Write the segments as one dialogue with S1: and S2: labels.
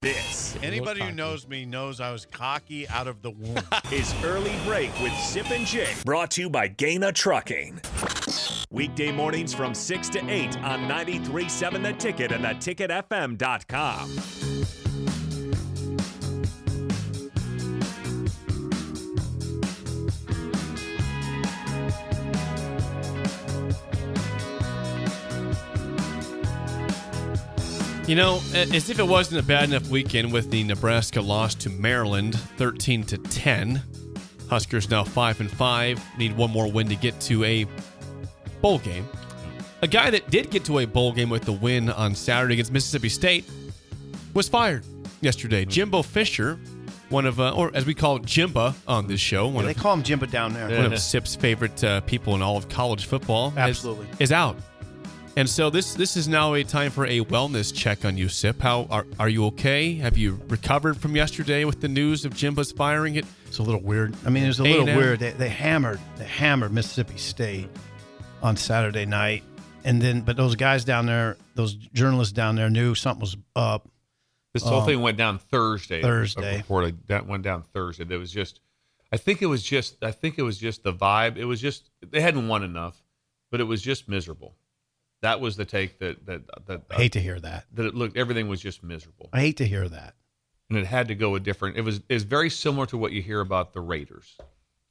S1: This. Anybody who knows me knows I was cocky out of the womb.
S2: is Early Break with Sip and Jake, brought to you by Gaina Trucking. Weekday mornings from 6 to 8 on 93.7 The Ticket and theticketfm.com.
S3: You know, a- as if it wasn't a bad enough weekend with the Nebraska loss to Maryland, thirteen to ten. Huskers now five and five. Need one more win to get to a bowl game. A guy that did get to a bowl game with the win on Saturday against Mississippi State was fired yesterday. Jimbo Fisher, one of, uh, or as we call Jimba on this show, one
S1: they
S3: of
S1: call him Jimba down there.
S3: one of Sip's favorite uh, people in all of college football. is-
S4: Absolutely.
S3: is, out, and so this this is now a time for a wellness check on you, Sip. How are are you okay? Have you recovered from yesterday with the news of Jimba's firing it?
S4: It's a little weird. I mean, it was a
S3: Eight
S4: little
S3: now.
S4: weird. They, they hammered, they hammered Mississippi State on Saturday night, and then but those guys down there, those journalists down there knew something was up.
S5: This whole
S4: Um,
S5: thing went down Thursday.
S4: Thursday.
S5: Reported that went down Thursday. There was just, I think it was just, I think it was just the vibe. It was just they hadn't won enough, but it was just miserable. That was the take that that that uh,
S4: I hate to hear that.
S5: that it looked everything was just miserable,
S4: I hate to hear that.
S5: and it had to go a different. It was is very similar to what you hear about the Raiders,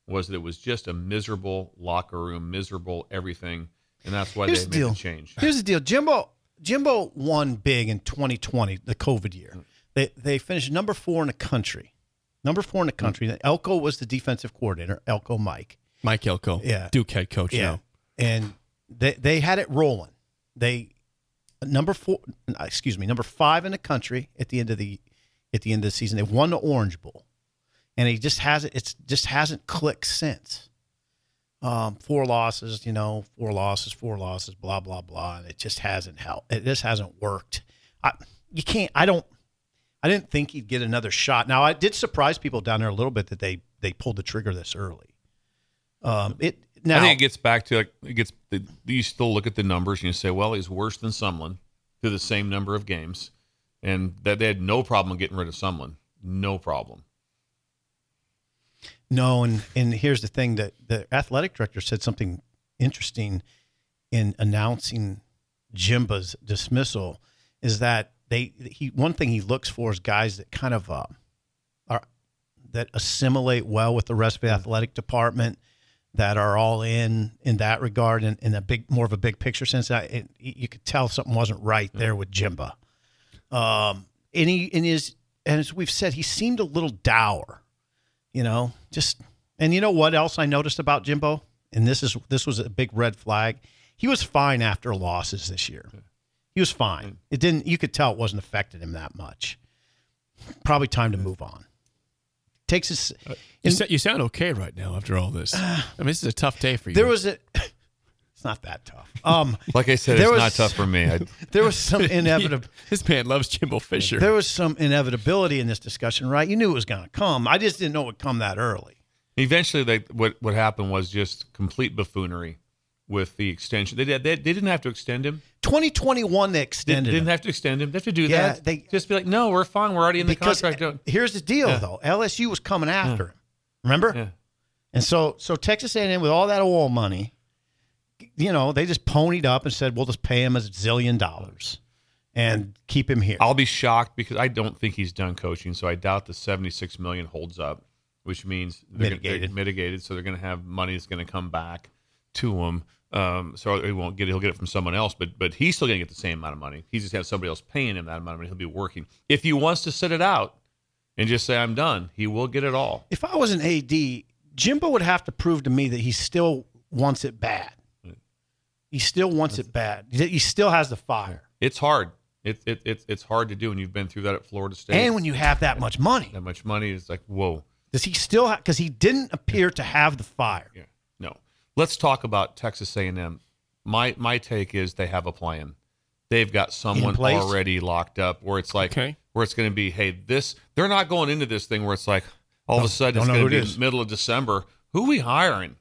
S5: was that it was just a miserable locker room, miserable everything, and that's why
S4: Here's
S5: they
S4: the
S5: made
S4: deal.
S5: the change.
S4: Here's the deal. Jimbo Jimbo won big in 2020, the COVID
S1: Hmm.
S4: year. They they finished number four in the country, number four in the
S1: Hmm.
S4: country. Elko was the defensive coordinator. Elko Mike.
S3: Mike Elko,
S4: Yeah.
S3: Duke head coach now.
S4: And they they had it rolling. They number four, excuse me, number five in the country at the end of the at the end of the season. They won the Orange Bowl, and he just hasn't. It's just hasn't clicked since. Um, four losses, you know, four losses, four losses, blah blah blah, and it just hasn't helped. It just hasn't worked. I you can't. I don't. I didn't think he'd get another shot. Now I did surprise people down there a little bit that they they pulled the trigger this early. Um, it now
S5: I think it gets back to like it gets. You still look at the numbers and you say, well, he's worse than Sumlin through the same number of games, and that they had no problem getting rid of Sumlin, no problem.
S4: No, and and here's the thing that the athletic director said something interesting in announcing Jimba's dismissal is that they he one thing he looks for is guys that kind of uh, are that assimilate well with the rest of the athletic department that are all in in that regard and in a big more of a big picture sense. I, it, you could tell something wasn't right there with Jimba. Um, and he and his and as we've said, he seemed a little dour you know, just and you know what else I noticed about Jimbo? And this is this was a big red flag. He was fine after losses this year. He was fine. It didn't you could tell it wasn't affecting him that much. Probably time to move on. Takes his
S3: You,
S4: and
S3: sa- you sound okay right now after all this. I mean, this is a tough day for you.
S4: there was a it's not that tough. Um
S5: Like I said,
S4: There
S5: it's
S4: was-
S5: not tough for me. I,
S4: there was some inevitable
S3: this man loves Jimbo Fisher.
S4: there was some inevitability in this discussion, right? You knew it was gonna come. I just didn't know it would come that early.
S5: eventually, they what what happened was just complete buffoonery with the extension. They did. They, they didn't have to extend him.
S4: Twenty twenty one they
S5: They
S4: extended
S5: didn't
S4: him.
S5: have to extend him. They have to do
S4: Yeah,
S5: that.
S4: they-
S5: just be like, no, we're fine. We're already in the contract. Don't-
S4: Here's the deal, though. LSU was coming after him. Remember?
S5: Yeah.
S4: And so, so Texas A&M with all that oil money, you know, they just ponied up and said, "We'll just pay him a zillion dollars and keep him here."
S5: I'll be shocked because I don't think he's done coaching, so I doubt the seventy-six million holds up, which means they're gonna- they're
S4: Mitigated.
S5: mitigated, so they're going to have money that's going to come back to him. Um, so he won't get it; he'll get it from someone else. But but he's still going to get the same amount of money. He's just have somebody else paying him that amount of money. He'll be working if he wants to sit it out and just say I'm done. He will get it all.
S4: if I was an AD, Jimbo would have to prove to me that he still wants it bad. He still wants it bad. He still has the fire.
S5: It's hard. It, it, it's it's hard to do, and you've been through that at Florida State.
S4: And when you have that much money,
S5: that much money, it's like whoa.
S4: does he still have? Because he didn't appear to have the fire.
S5: Yeah. No. Let's talk about Texas A&M. My my take is they have a plan. They've got someone
S4: place?
S5: already locked up where it's like
S3: Okay.
S5: where it's going to be, hey, this they're not going into this thing where it's like all of a sudden
S4: don't
S5: it's
S4: know
S5: going
S4: who
S5: to
S4: it
S5: be
S4: is.
S5: middle of December. Who we hiring?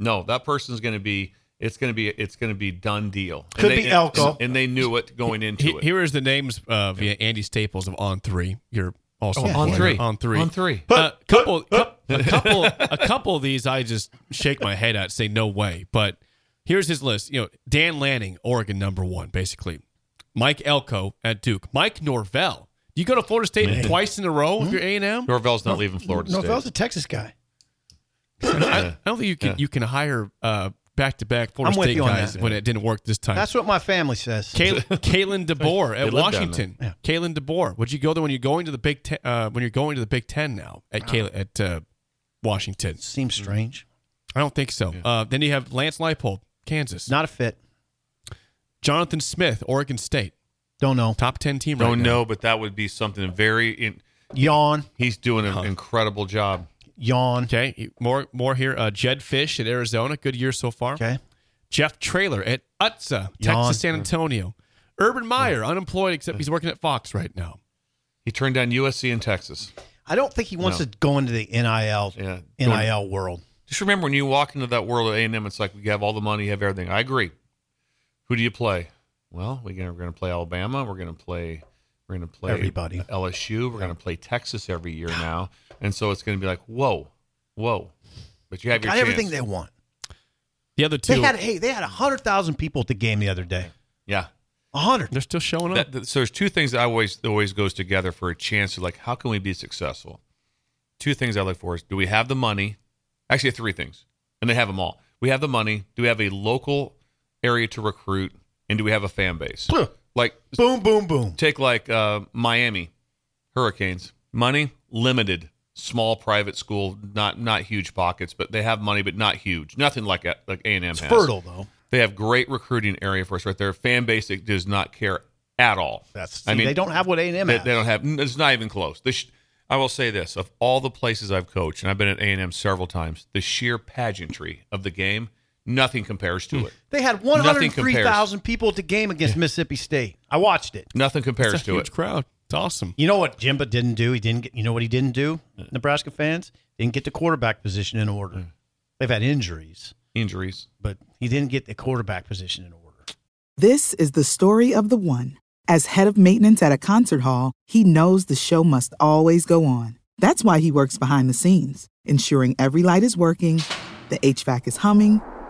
S5: No, that person's going to be it's going to be it's going to be done deal. And
S4: Could
S5: they-
S4: be Elko.
S5: and, and they knew it going into
S3: He-
S5: it.
S3: here is the names uh, via Andy Staples of On Three. Your also
S5: Oh, on three,
S3: on three
S5: on three.
S3: Uh, couple, cup- a couple, a couple of these I just shake my head at, say no way. But here's his list. You know, Dan Lanning, Oregon number one, basically. Mike Elko at Duke. Mike Norvell. You go to Florida State twice in a row if you're A and M.
S5: Norvell's not leaving Florida
S4: No,
S5: State.
S4: if I was a Texas guy,
S3: I I don't think you can you can hire uh, back-to-back Florida
S4: I'm with
S3: State
S4: you on
S3: guys
S4: that.
S3: when it didn't work this time.
S4: that's what my family says.
S3: Kalen, Kalen DeBoer at
S5: live down there.
S3: Washington. Kalen DeBoer. Would you go there when you're going to the Big Ten? Uh, when you're going to the Big Ten now at Kalen, at uh, Washington?
S4: Seems strange.
S3: I don't think so. Uh, then you have Lance Leipold, Kansas.
S4: Not a fit.
S3: Jonathan Smith, Oregon State,
S4: Don't know.
S3: top ten team. right
S5: Don't
S3: now.
S5: know, but that would be something very. In,
S4: Yawn.
S5: he's doing an incredible job.
S4: Yawn.
S3: Okay, more more here. Uh, Jed Fish at Arizona, good year so far.
S4: Okay.
S3: Jeff Trailer at Utsa,
S4: Yawn.
S3: Texas San Antonio. Urban Meyer, unemployed except he's working at Fox right now.
S5: He turned down USC and Texas.
S4: I don't think he wants
S5: No.
S4: to go into the NIL
S5: Yeah.
S4: NIL world.
S5: Just remember when you walk into that world at A&M, it's like you have all the money, you have everything. I agree. Who do you play? Well, we're going to play Alabama. We're going to play. We're going to play
S4: Everybody.
S5: LSU. We're going to play Texas every year now, and so it's going to be like whoa, whoa. But you have your
S4: Got
S5: chance.
S4: everything they want.
S3: The other two,
S4: They had hey, they had hundred thousand people at the game the other day.
S5: Yeah.
S4: hundred.
S3: they're still showing up.
S5: That, that- so there's two things that I always that always goes together for a chance to like how can we be successful? Two things I look for is do we have the money? Actually, three things, and they have them all. We have the money. Do we have a local area to recruit? And do we have a fan base?
S4: Phew.
S5: like
S4: Boom, boom, boom.
S5: take like uh, Miami Hurricanes. Money limited, small private school, not not huge pockets, but they have money, but not huge. Nothing like a, like A and M.
S4: It's fertile though.
S5: They have great recruiting area for us right there. Fan base that does not care at all.
S4: That's I mean they don't have what A and M
S5: They,
S4: has.
S5: they don't have. It's not even close. They sh- I will say this: of all the places I've coached, and I've been at A and M several times, the sheer pageantry of the game, nothing compares
S3: Hmm.
S5: to it.
S4: They had one
S5: Nothing
S4: hundred
S5: compares.
S4: three thousand people at the game against Mississippi State. I watched it.
S5: Nothing
S3: It's a
S5: compares to
S3: huge
S5: it.
S3: crowd. It's awesome.
S4: You know what Jimba didn't do? He didn't get you know what he didn't do? Nebraska fans? Didn't get the quarterback position in order. They've had injuries,
S5: Injuries.
S4: but he didn't get the quarterback position in order.
S6: This is the story of the one. As head of maintenance at a concert hall, he knows the show must always go on. That's why he works behind the scenes, ensuring every light is working, the HVAC is humming,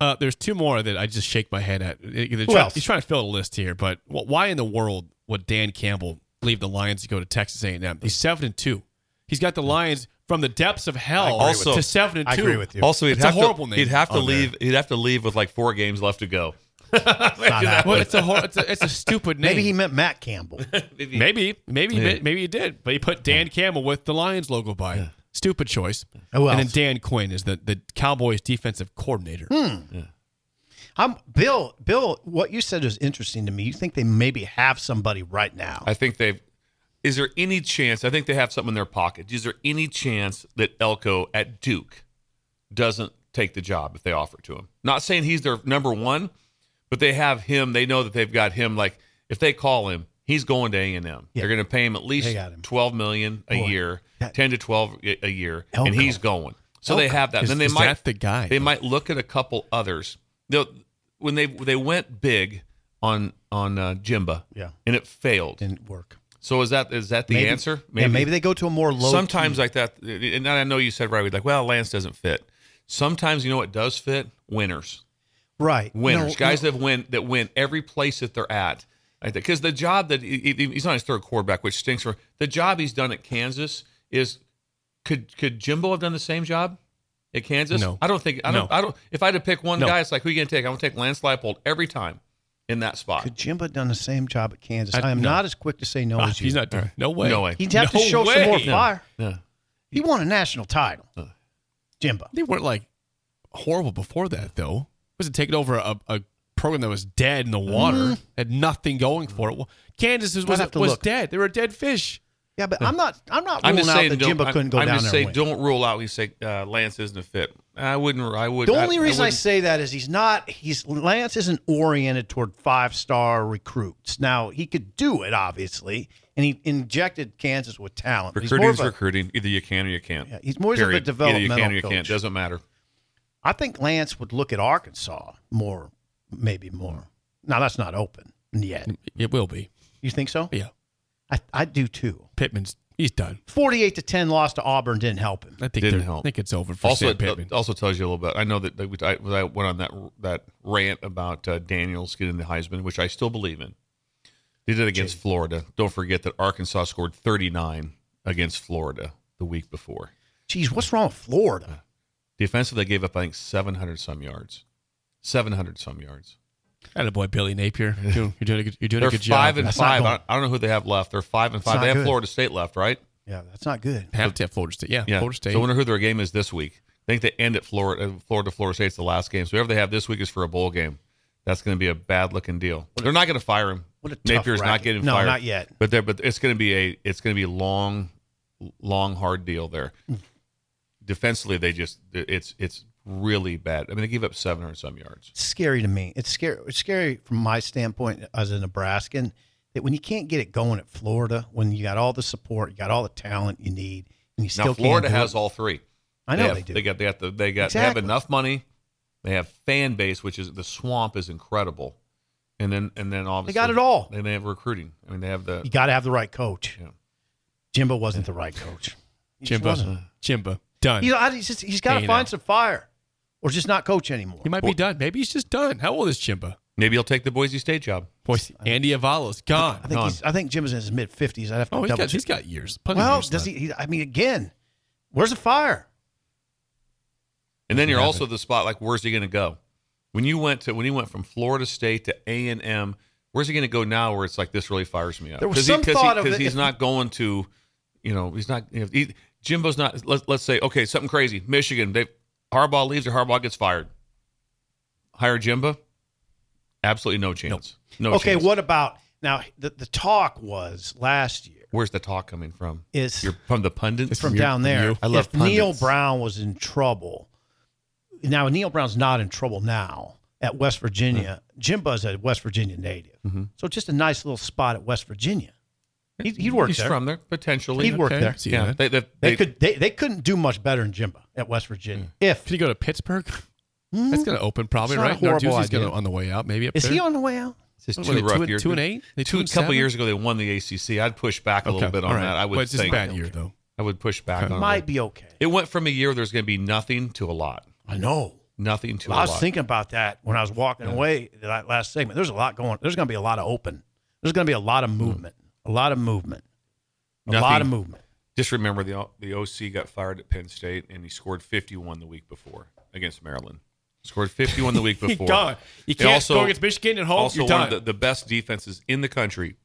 S3: Uh, there's two more that I just shake my head at. They're trying-
S4: else?
S3: He's trying to fill a list here, but wh- why in the world would Dan Campbell leave the Lions to go to Texas A&M? He's seven and two. He's got the Lions from the depths of hell
S5: I agree with
S3: to
S5: you.
S3: seven and two.
S4: I agree with you.
S5: Also, he'd
S3: It's a
S5: have
S3: horrible
S5: to,
S3: name
S5: He'd have to
S3: on there.
S5: leave. He'd have to leave with like four games left to go.
S3: Well, it's a, hor- it's a it's a stupid name.
S4: Maybe he meant Matt Campbell.
S3: maybe maybe he
S5: Yeah.
S3: did- maybe he did, but he put Dan Campbell with the Lions logo by. him. Stupid choice.
S4: Oh, well.
S3: and then Dan Quinn is the, the Cowboys defensive coordinator.
S4: I'm Bill. Bill, what you said is interesting to me. You think they maybe have somebody right now?
S5: I think they've. Is there any chance? I think they have something in their pocket. Is there any chance that Elko at Duke doesn't take the job if they offer it to him? Not saying he's their number one, but they have him. They know that they've got him. Like if they call him, he's going to A and M. They're going to pay him at least
S4: They got him.
S5: twelve million a
S4: Boy,
S5: year,
S4: that-
S5: ten to twelve a a year, and
S4: Elko.
S5: he's going. So they
S4: Elko.
S5: have that.
S3: Is-
S5: then they
S3: is
S5: might
S3: that the guy?
S5: They might look at a couple others. They'll, when they they went big on on uh, Jimba,
S4: Yeah.
S5: and it failed.
S4: Didn't work.
S5: so is that is that the answer?
S4: Maybe. Yeah, maybe they go to a more low.
S5: sometimes like that. And I know you said right, we'd like, well, Lance doesn't fit. Sometimes you know what does fit? Winners,
S4: right
S5: winners,
S4: No,
S5: guys
S4: no.
S5: that win that win every place that they're at. Because the job that he- he- he's on his third quarterback, which stinks for the job he's done at Kansas is could could Jimbo have done the same job at Kansas?
S3: No.
S5: I don't think I don't
S3: No.
S5: I don't. If I had to pick one
S3: No.
S5: guy, it's like who you gonna take? I'm gonna take Lance Leipold every time in that spot.
S4: Could Jimba have done the same job at Kansas?
S3: I-
S4: I, am
S3: no.
S4: not as quick to say no
S3: Ah,
S4: as you.
S3: he's not. No way.
S5: No way. Uh.
S4: He'd have to
S3: No
S4: show some more
S3: way.
S4: fire.
S5: yeah.
S4: He won a national title. Jimba.
S3: They weren't like horrible before that, though. Was it taking over a, a program that was dead in the water, had nothing going for it? Well, Kansas was
S4: I'd Mm-hmm. have
S3: was,
S4: to
S3: was
S4: look.
S3: dead. They were a dead fish.
S4: Yeah, but I'm not. I'm not
S5: I'm
S4: ruling
S5: just
S4: out
S5: saying
S4: that
S5: don't-
S4: Jimba
S5: I'm-
S4: couldn't go
S5: I'm
S4: down
S5: just
S4: there.
S5: saying
S4: and win.
S5: don't rule out. You say uh, Lance isn't a fit. I wouldn't. I would.
S4: The only reason I,
S5: wouldn't-
S4: say that is he's not he's Lance isn't oriented toward five star recruits. Now he could do it obviously, and he injected Kansas with talent. He's more
S5: recruiting's
S4: of a-
S5: recruiting. Either you can or you can't.
S4: Yeah, he's more of a
S5: Period. Either you can or
S4: developmental
S5: you can't.
S4: coach.
S5: Doesn't matter.
S4: I think Lance would look at Arkansas more, maybe more. Now that's not open yet.
S3: It will be.
S4: You think so?
S3: Yeah.
S4: I, I do too.
S3: Pittman's he's done.
S4: Forty-eight to ten loss to Auburn didn't help him.
S3: I think
S5: Didn't
S3: they're-
S5: help.
S3: I think it's over for
S5: Also,
S3: Sam
S5: it
S3: Pittman.
S5: it also tells you a little bit. I know that that we- I, when I went on that that rant about uh, Daniels getting the Heisman, which I still believe in. They did it against Florida. Don't forget that Arkansas scored 39 against Florida the week before.
S4: Geez, what's wrong with Florida?
S5: Defensively, they gave up I think 700 some yards. 700 some yards.
S3: Atta boy Billy Napier. You're doing, you're doing a good, you're doing
S5: They're
S3: a good
S5: five
S3: job.
S5: and
S4: That's not
S5: five. I
S4: going-
S5: don't, I don't know who they have left. They're five and five.
S4: not
S5: They have
S4: good.
S5: Florida State left, right?
S4: Yeah, that's not good.
S3: have to have Florida State. Yeah, Florida State.
S5: So I wonder who their game is this week. I think they end at Florida. Florida, Florida State's the last game. So whoever they have this week is for a bowl game. That's going to be a bad looking deal. They're not going to fire him.
S4: What a tough
S5: Napier's not
S4: racket.
S5: getting
S4: No,
S5: fired.
S4: not yet.
S5: But there, but it's going to be a it's going to be a long, long hard deal there.
S4: Hmm.
S5: Defensively, they just it's it's really bad. I mean, they gave up seven hundred some yards.
S4: It's scary to me. It's scary. It's scary from my standpoint as a Nebraskan that when you can't get it going at Florida, when you got all the support, you got all the talent you need, and you still
S5: now Florida
S4: can't do
S5: has
S4: it.
S5: all three.
S4: I know
S5: have,
S4: they do.
S5: They got they got the, they got they
S4: Exactly.
S5: have enough money. They have fan base, which is the swamp is incredible, and then and then obviously
S4: got it all.
S5: And they have recruiting. I mean, they have the
S4: you got to have the right coach.
S5: Yeah.
S4: Jimbo wasn't the right coach. He just wasn't.
S3: Jimbo. Jimbo done.
S4: You know, I- he's, just- he's got to
S3: Hey,
S4: find
S3: now.
S4: some fire, or just not coach anymore.
S3: he might be done. Maybe he's just done. How old is Jimbo?
S5: maybe he'll take the Boise State job.
S3: Boy, Andy Avalos gone.
S4: I think he's, I think Jimbo's in his mid fifties. I'd have to
S3: oh, he's
S4: double
S3: got,
S4: check.
S3: he's got years. Plenty of
S4: Well,
S3: years
S4: does
S3: left.
S4: he, he? I mean, again, where's the fire?
S5: And then you're
S3: Yeah,
S5: also the spot like, where's he going to go? When you went to when he went from Florida State to A and M, where's he going to go now? Where it's like this really fires me up.
S4: There was
S5: 'Cause
S4: some
S5: he,
S4: thought of
S5: because
S4: it
S5: he's
S4: if-
S5: not going to, you know, he's not. You know, he, Jimbo's not. Let's let's say okay, something crazy. Michigan, they Harbaugh leaves or Harbaugh gets fired. Hire Jimbo? Absolutely no chance. No.
S4: okay,
S5: chance.
S4: what about now? The, the talk was last year
S5: Where's the talk coming from?
S4: is
S5: You're from the pundits.
S4: from down there.
S5: I love
S4: if Neil
S5: pundits.
S4: Brown was in trouble, now Neil Brown's not in trouble now at West Virginia. Jimbo's a West Virginia native, so just a nice little spot at West Virginia. He, he'd work
S5: He's
S4: there.
S5: from there potentially.
S4: He'd work
S3: Okay,
S4: there.
S3: see
S5: Yeah,
S3: that.
S5: they, they,
S4: They,
S5: they-
S4: could they, they couldn't do much better in Jimbo at West Virginia. If
S3: Could he go to Pittsburgh? That's going to open probably,
S4: It's not a
S3: right?
S4: horrible
S3: Narduzzi's
S4: idea.
S3: gonna- on the way out, maybe. Up
S4: is
S3: there.
S4: he on the way out?
S5: It's just
S3: What
S5: too
S3: were they,
S5: rough.
S3: two-
S5: You're-
S3: two and eight? They
S5: two,
S3: two
S5: a
S3: and
S5: couple
S3: seven?
S5: years ago, they won the ACC. I'd push back a little bit on
S3: all right.
S5: that. I would
S3: But it's just
S5: think.
S3: a bad year, though.
S5: I would push back
S3: Okay.
S5: on
S4: Might
S5: it.
S4: be okay.
S5: It went from a year there's going to be nothing to a lot.
S4: I know.
S5: Nothing to
S4: I
S5: a
S4: was
S5: lot.
S4: thinking about that when I was walking away that last segment. There's a lot going. There's going to be a lot of open. There's going to be a lot of movement. A lot of movement. A lot
S5: Nothing-
S4: of movement.
S5: Just remember the the OC got fired at Penn State and he scored 51 the week before against Maryland. Scored 51 the week before.
S3: Done. You
S5: They
S3: can't score against Michigan at home,
S5: Also,
S3: you're
S5: one
S3: done.
S5: of the, the best defenses in the country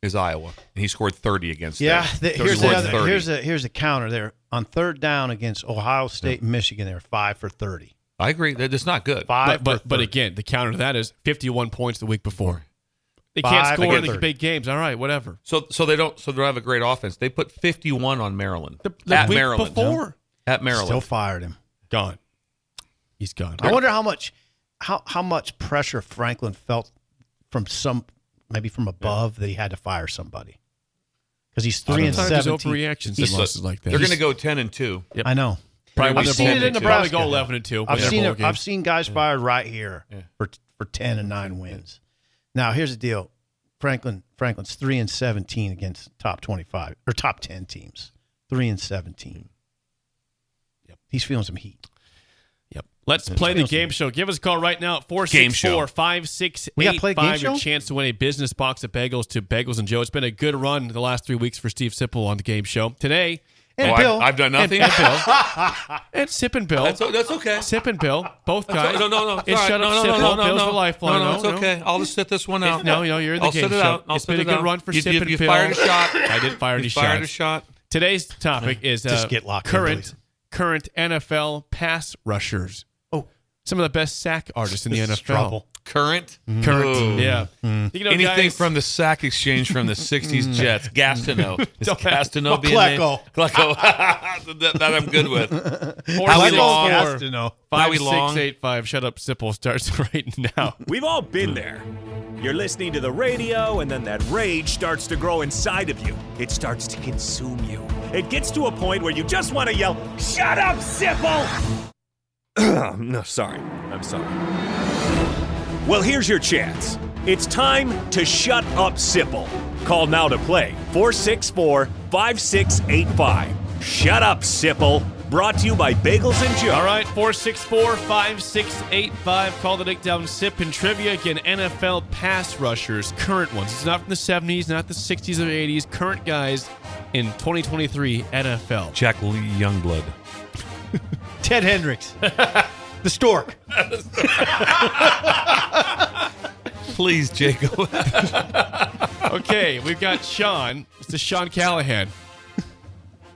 S5: is Iowa, and he scored 30 against.
S4: Yeah.
S5: them.
S4: the- here's the
S5: Scored
S4: other,
S5: 30.
S4: here's the here's the counter there on third down against Ohio State and Michigan. They're five for thirty.
S5: I agree. That it's not good.
S4: Five.
S3: But, but,
S4: for
S3: but
S4: 30.
S3: again, the counter to that is 51 points the week before. They
S4: Five
S3: can't score in
S4: against
S3: the
S4: thirty.
S3: big games. All right, whatever.
S5: So so they don't so they don't have a great offense. They put 51 on Maryland.
S3: The, the
S5: at
S3: week
S5: Maryland.
S3: before,
S5: At Maryland.
S4: still fired him.
S3: gone. He's gone.
S4: I wonder how much how how much pressure Franklin felt from some maybe from above that he had to fire somebody because he's
S3: I
S4: three and
S3: don't know. Sometimes
S4: seventeen.
S3: overreactions
S4: He's-
S3: and losses like that.
S5: They're going to go 10 and 2.
S3: Yep.
S4: I know.
S3: Probably
S5: I've
S3: win their
S5: seen
S3: bowl
S5: it in
S3: games.
S5: Nebraska.
S3: Probably go 11 and 2. win
S4: I've
S3: their
S4: seen
S3: bowl
S4: it, I've
S3: games.
S4: seen guys fired right here for for ten and nine wins. Now here's the deal: Franklin Franklin's three and seventeen against top twenty five or top ten teams. Three and seventeen. Yep. He's feeling some heat.
S3: Yep. Let's play the game show. Give us a call right now at
S5: Game show.
S3: 464
S4: We gotta play the game
S3: 5685. Your
S4: show?
S3: chance to win a business box of bagels to Bagels and Joe. It's been a good run the last three weeks for Steve Sipple on the game show. Today,
S4: And
S5: Oh, I've-
S4: Bill,
S5: I've, done nothing.
S3: And, and Bill. and Sip and Bill.
S5: That's, that's okay.
S3: Sip and Bill. Both guys.
S5: No, no, no.
S3: It's shut up,
S5: no,
S3: Sip.
S5: no, no, no,
S3: Bill's
S5: no,
S3: the lifeline.
S5: No, no, it's okay. I'll just sit this one
S3: It's-
S5: out.
S3: no, no, you're in the
S5: I'll
S3: game
S5: sit it
S3: show.
S5: out. I'll
S3: It's
S5: sit
S3: been a
S5: it
S3: good
S5: out.
S3: run for
S5: you,
S3: Sip
S5: you,
S3: and
S5: you
S3: Bill.
S5: fired a shot.
S3: I did fire
S5: you
S3: any
S5: fired a
S3: shots.
S5: shot.
S3: Today's topic is uh,
S4: Just get locked in,
S3: current
S4: please.
S3: current NFL pass rushers.
S4: Oh.
S3: some of the best sack artists in the
S4: this
S3: NFL.
S4: is trouble. Hmm.
S5: Current.
S3: Current,
S5: Ooh.
S3: yeah. You know,
S5: Anything
S3: guys-
S5: from the sack exchange from the 60s Jets. Gastineau. Is
S3: Don't-
S5: Gastineau being
S4: Klecko.
S5: named? Klecko. that, that I'm good with.
S3: Four,
S5: Howie
S3: six,
S5: Long.
S3: four,
S4: you know.
S3: five,
S5: Howie
S3: six,
S5: Long.
S3: eight, five. Shut up, Sipple starts right now.
S2: We've all been there. You're listening to the radio, and then that rage starts to grow inside of you. It starts to consume you. It gets to a point where you just want to yell, Shut up, Sipple! no, sorry. I'm sorry. Well, here's your chance. It's time to shut up, Sipple. Call now to play 464 5685. Shut up, Sipple. Brought to you by Bagels and Joe.
S3: All right, 464-5685. Call the Nick Down Sip and Trivia. Again, NFL pass rushers, current ones. It's not from the 70s, not the 60s or 80s. Current guys in 2023 NFL.
S5: Jack Lee Youngblood.
S4: Ted Hendricks, the stork.
S5: Please, Jacob.
S3: Okay, we've got Sean. It's the Sean Callahan.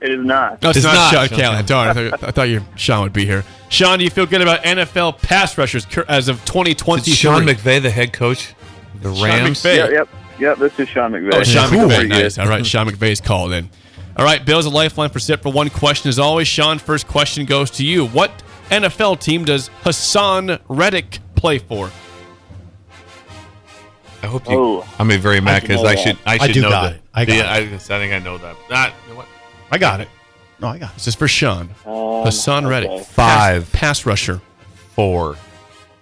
S7: It is not.
S3: No, it's,
S5: It's
S3: not,
S5: not
S3: Sean
S5: Sean
S3: Callahan. Darn, I thought, I thought your Sean would be here. Sean, do you feel good about NFL pass rushers cur- as of 2023?
S5: Is Sean McVay the head coach? The Rams?
S3: McVay.
S7: Yep, yep, yep. This is Sean McVay.
S3: Oh, Sean
S7: Cool.
S3: McVay. Nice. All right, Sean McVay's called in. All right, Bill's a lifeline for Sip for one question. As always, Sean, first question goes to you. What NFL team does Hassan Reddick play for?
S5: I hope you.
S7: Oh.
S5: I'm a very mad
S7: I
S5: because
S7: know
S5: I
S7: that.
S5: should. I
S4: I
S5: should
S4: do
S5: know
S4: got
S5: that.
S4: it. I got
S5: yeah, I, I think I know that. Not, you know what?
S4: I got it. No, I got it.
S3: This is for Sean.
S7: Um,
S3: Hassan Reddick.
S7: okay.
S5: Five.
S3: Pass, pass rusher.
S5: Four.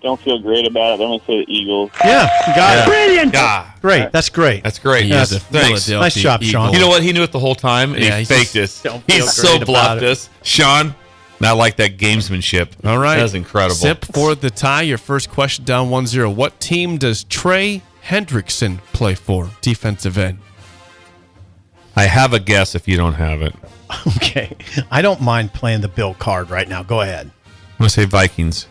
S7: Don't feel great about it. but I'm going to say the Eagles.
S4: Yeah, you got it.
S7: Brilliant.
S5: Ah,
S4: Great. That's great.
S5: that's great.
S3: He is
S4: Yeah,
S3: a
S5: thanks.
S3: Philadelphia
S4: Nice job, Sean.
S3: Eagle.
S5: You know what? He knew it the whole time, and
S3: Yeah,
S5: he
S3: he's
S5: faked
S3: just-
S5: this.
S4: don't feel
S5: He so
S4: great about
S5: bluffed
S4: it.
S5: us, Sean. And I like that gamesmanship.
S3: All right.
S5: that's incredible.
S3: Sip for the tie. Your first question down 1 0. What team does Trey Hendrickson play for? Defensive end.
S5: I have a guess if you don't have it. I'm
S4: Okay. I don't mind playing the Bill card right now. Go ahead.
S5: gonna say Vikings.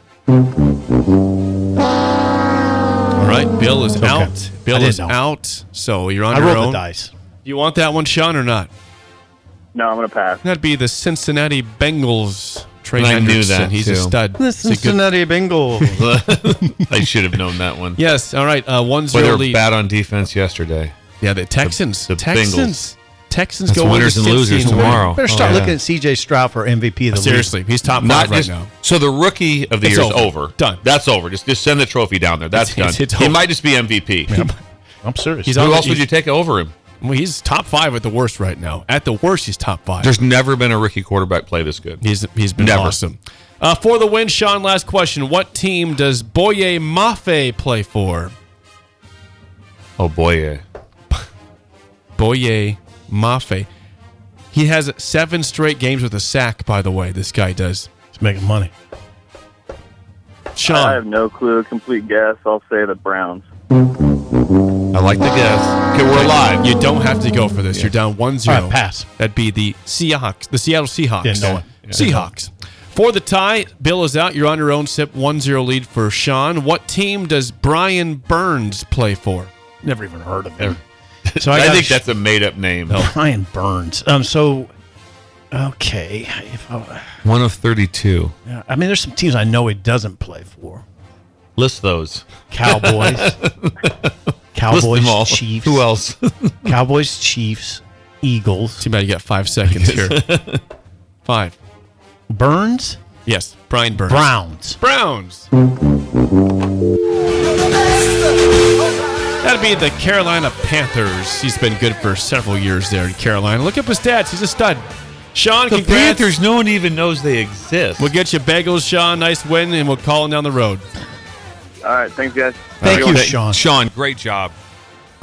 S3: All right. Bill is
S4: Okay.
S3: out.
S4: I
S3: Bill
S4: didn't
S3: is
S4: know.
S3: out. So you're on
S4: I
S3: your
S4: rolled the
S3: own.
S4: dice.
S3: You want that one, Sean, or not?
S7: No, I'm going to pass.
S3: That'd be the Cincinnati Bengals. Trey
S5: And I knew
S3: Hendrickson.
S5: that,
S3: He's a
S5: too.
S3: stud. He's a good-
S4: Bengals.
S5: I should have known that one.
S3: Yes. All right. Uh, one
S5: But they
S3: zero
S5: were
S3: lead.
S5: bad on defense yesterday.
S3: yeah, the Texans.
S5: the
S3: Texans. Texans
S5: That's
S3: go into
S5: winners and
S3: Cincy
S5: losers
S3: win.
S5: tomorrow.
S4: Better start
S5: Oh, yeah.
S4: looking at CJ Stroud for MVP of the
S3: Seriously, he's top
S5: Not
S3: five right
S5: just,
S3: now.
S5: So the rookie of the
S3: It's
S5: year is
S3: over.
S5: over.
S3: Done.
S5: That's over. Just just send the trophy down there. That's
S3: It's-
S5: done.
S3: it's
S5: he
S3: over.
S5: might just be MVP.
S4: league. I'm serious.
S3: He's
S5: Who
S3: on.
S5: else
S3: the,
S5: would you take over him?
S3: well, he's top five at the worst right now. At the worst, he's top five.
S5: There's never been a rookie quarterback play this good.
S3: He's he's been
S5: Never.
S3: awesome. Uh, for the win, Sean. Last question: What team does Boye Mafe play for?
S5: Oh boy, yeah.
S3: Boye Mafe. He has seven straight games with a sack. By the way, this guy does.
S4: He's making money.
S7: I have
S3: Sean,
S7: no clue. Complete guess. I'll say the Browns.
S5: I like the guess. Okay, we're alive.
S3: you don't have to go for this. You're down 1-0.
S4: All right, pass.
S3: That'd be the Seahawks, the Seattle Seahawks.
S4: Yeah, no one. Yeah.
S3: Seahawks. For the tie, Bill is out. You're on your own sip. 1-0 lead for Sean. What team does Brian Burns play for?
S4: Never even heard of
S5: Never.
S4: him. So I,
S5: I
S4: got
S5: think
S4: Sh-
S5: that's a made up name.
S4: Brian Burns. Um. So, okay. If I,
S5: One of 32.
S4: yeah, I mean, there's some teams I know he doesn't play for.
S5: List those.
S4: Cowboys.
S5: List
S4: Cowboys.
S5: them all.
S4: Chiefs.
S5: Who else?
S4: Cowboys. Chiefs. Eagles.
S3: Too bad you got five seconds here. five.
S4: Burns.
S3: Yes, Brian Burns.
S4: Browns.
S3: Browns. That'd be the Carolina Panthers. He's been good for several years there in Carolina. Look up his stats. He's a stud. Sean,
S5: the
S3: congrats.
S5: Panthers, no one even knows they exist.
S3: We'll get you bagels, Sean. Nice win, and we'll call him down the road.
S7: All right. Thanks, guys.
S4: Thank you,
S5: Okay,
S4: Sean.
S5: Sean, great job.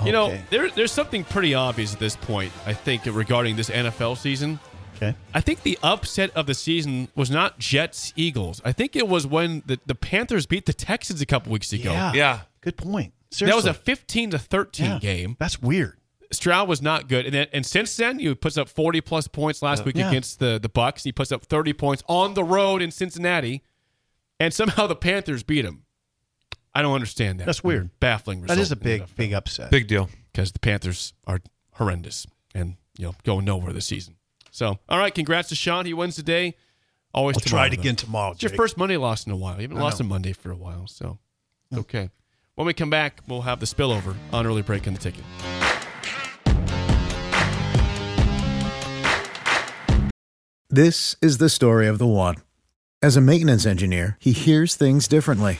S3: You know,
S4: Okay.
S3: there, there's something pretty obvious at this point, I think, regarding this NFL season.
S4: Okay.
S3: I think the upset of the season was not Jets Eagles. I think it was when the, the Panthers beat the Texans a couple weeks ago.
S5: Yeah.
S4: Good point. Seriously.
S3: That was a 15 to 13
S4: Yeah.
S3: game.
S4: That's weird.
S3: Stroud was not good, and then, and since then he puts up 40 plus points last week
S4: Yeah.
S3: against the the Bucks. He puts up 30 points on the road in Cincinnati, and somehow the Panthers beat him. I don't understand that.
S4: That's weird.
S3: Baffling.
S4: That is a big, big upset.
S5: Big deal.
S3: because the Panthers are horrendous and you know going nowhere this season. So, all right, congrats to Sean. He wins today. Always
S4: I'll try
S3: tomorrow,
S4: it
S3: though.
S4: again tomorrow.
S3: It's your
S4: Jake.
S3: first Monday loss in a while. You haven't
S4: I
S3: lost
S4: know.
S3: a Monday for a while, so okay. When we come back, we'll have the spillover on early break in the ticket.
S8: This is the story of the one. As a maintenance engineer, he hears things differently.